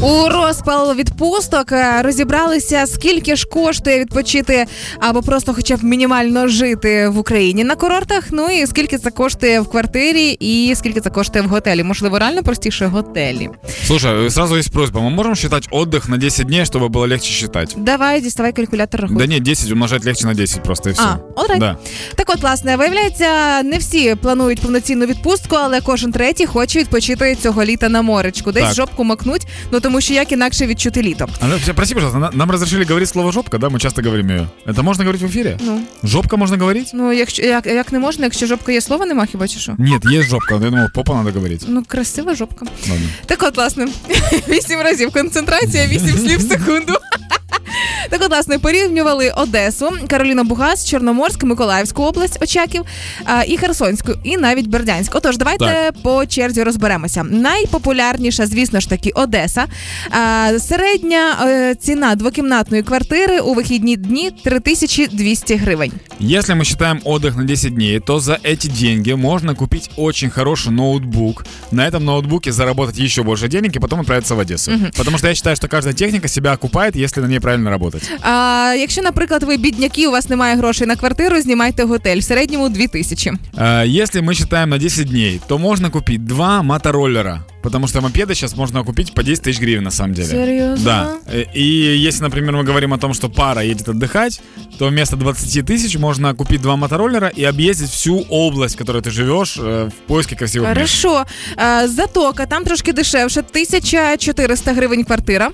У розпал відпусток е, розібралися, скільки ж коштує відпочити або просто хоча б мінімально жити в Україні на курортах. Ну і скільки це коштує в квартирі, і скільки це коштує в готелі. Можливо, реально простіше готелі. Слушай, э, сразу есть просьба. Мы можем считать отдых на 10 дней, чтобы было легче считать? Давай діставай калькулятор рахунку. Да нет, 10 умножать легче на 10 просто и все. А, alright. Да. Так от, власне, виявляється, не всі планують повноцінну відпустку, але кожен третій хоче відпочити цього літа на моречку. Десь Так. жопку макнуть, ну тому що як інакше відчути літо. А, ну, всё, прости, пожалуйста, на- нам разрешили говорить слово жопка, да? Мы часто говорим ее. Это можно говорить в эфире? Ну, Жопка можно говорить? ну якщо як, як не можна, якщо жопка є слова, нема хіба чи що? Нет, есть жопка. Я думал, попа надо говорить. Ну, красива жопка. Ладно. Так от, власне, вісім разів концентрація, вісім слів в секунду. Так, от, власне, порівнювали Одесу, Кароліна Бугас, Чорноморськ, Миколаївську область Очаків а, і Херсонську, і навіть Бердянськ. Отож, давайте по черзі розберемося. Найпопулярніша, звісно ж таки, Одеса. А, середня е, ціна двокімнатної квартири у вихідні дні 3200 гривень. Если мы считаем отдых на 10 дней, то за эти деньги можно купить очень хороший ноутбук. На этом ноутбуке заработать еще больше денег и потом отправиться в Одессу. Потому что я считаю, что каждая техника себя окупает, если на ней правильно работать. А, якщо, наприклад, ви бідняки, у вас немає грошей на квартиру, знімайте готель. В середньому 2000. А, Если мы считаем на 10 дней, то можно купить два мотороллера. Потому что мопеды сейчас можно купить по 10 тысяч гривен на самом деле. Серьезно? Да. Э, И если, например, мы говорим о том, что пара едет отдыхать, то вместо 20 тысяч можно купить два мотороллера и объездить всю область, в которой ты живешь, э, в поиске красивых мест. Хорошо. Е, Затока там трошки дешевше, 1400 гривень квартира.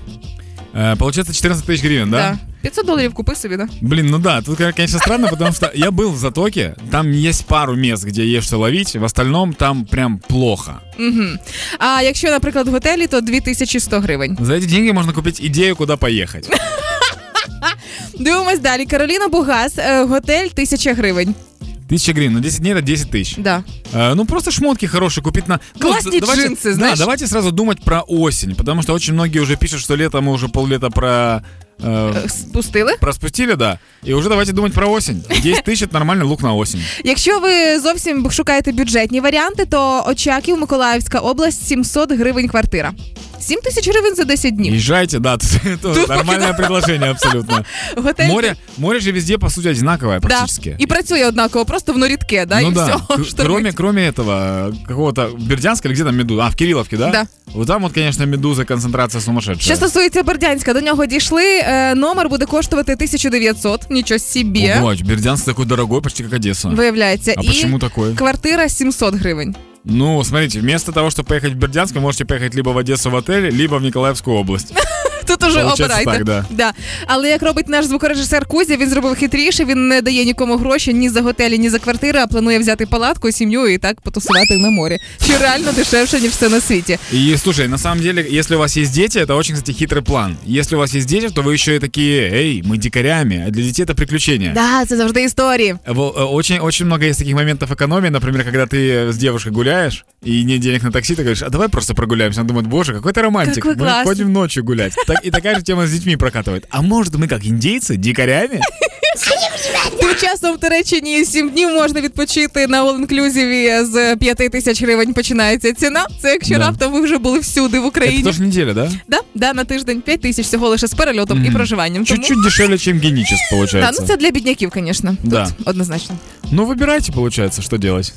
Э, Получается 14 тысяч гривен, да? 500 доларів купи собі, да? Блин, ну да, тут, конечно, странно, потому что я был в Затоке, там есть пару мест, где есть что ловить, в остальном там прям плохо. Угу. А якщо, наприклад, в готелі, то 2100 гривень. За эти деньги можно купить идею, куда поехать. Дивимось далі. Кароліна Бугас, е, готель 1000 гривень. Тысяча гривен, на 10 дней это 10 тысяч. Да. Э, ну, просто шмотки хорошие купить на... Ну, Классные давайте- джинсы, Да, знаешь. давайте сразу думать про осень, потому что очень многие уже пишут, что лето мы уже поллета про... э, Е, Спустили. проспустили, да. И уже давайте думать про осень. 10 тысяч это нормальный лук на осень. Якщо ви зовсім шукаєте бюджетні варіанти, то Очаків, Миколаївська область 700 гривень квартира. 7 тисяч гривень за 10 днів. Езжайте, да, это нормальное предложение абсолютно. Готель Море, море же везде, по сути, одинаковое да. практически. і працює однаково, просто воно рідке, да, ну і да, все. К- кроме, кроме этого, э, какого-то Бердянска или где там медуза? А, в Кирилловке, да? Да. Вот там вот, конечно, медуза, концентрация сумасшедшая. Що стосується Бердянська, до нього дійшли. е, Номер буде коштувати 1900, нічого собі, Ого, Бердянск такой дорогой, почти как Одесса. виявляється. А і почему такое? квартира 700 гривень. Ну, смотрите, вместо того, чтобы поехать в Бердянск, вы можете поехать либо в Одессу в отель, либо в Николаевскую область. Тут уже Получається обирайте. так, да. Але як робить наш звукорежисер Кузя, він зробив хитріше, він не дає нікому гроші ні за готелі, ні за квартири, а планує взяти палатку, сім'ю і так потусувати на морі. Що реально дешевше, ніж все на світі. И слушай, на самом деле, если у вас есть дети, это очень, кстати, хитрый план. Если у вас есть дети, то вы еще и такие, эй, мы дикарями, а для детей это приключение. Да, це завжди історії. Очень-очень много есть таких моментов экономии, например, когда ты с девушкой гуляешь и нет денег на такси, ты говоришь, а давай просто прогуляемся. Она думает, боже, какой ты романтик, Какой мы классный». ходим ночью гулять. Так- и такая же тема с детьми прокатывает. А может мы как индейцы, дикарями? Тим часом в Туреччині 7 днів можна відпочити на all-inclusive е, з 5 тисяч гривень починається ціна. Це якщо Да. раптом ви вже були всюди в Это Україні. тоже неделя, да? Да, да, на тиждень 5 тисяч всього лише з перельотом і Мгм. проживанням. Тому- Чуть-чуть дешевле, чем геничес, Та, получается. ну це для бідняків, звісно. Да. Однозначно. Ну, выбирайте, получается, что делать.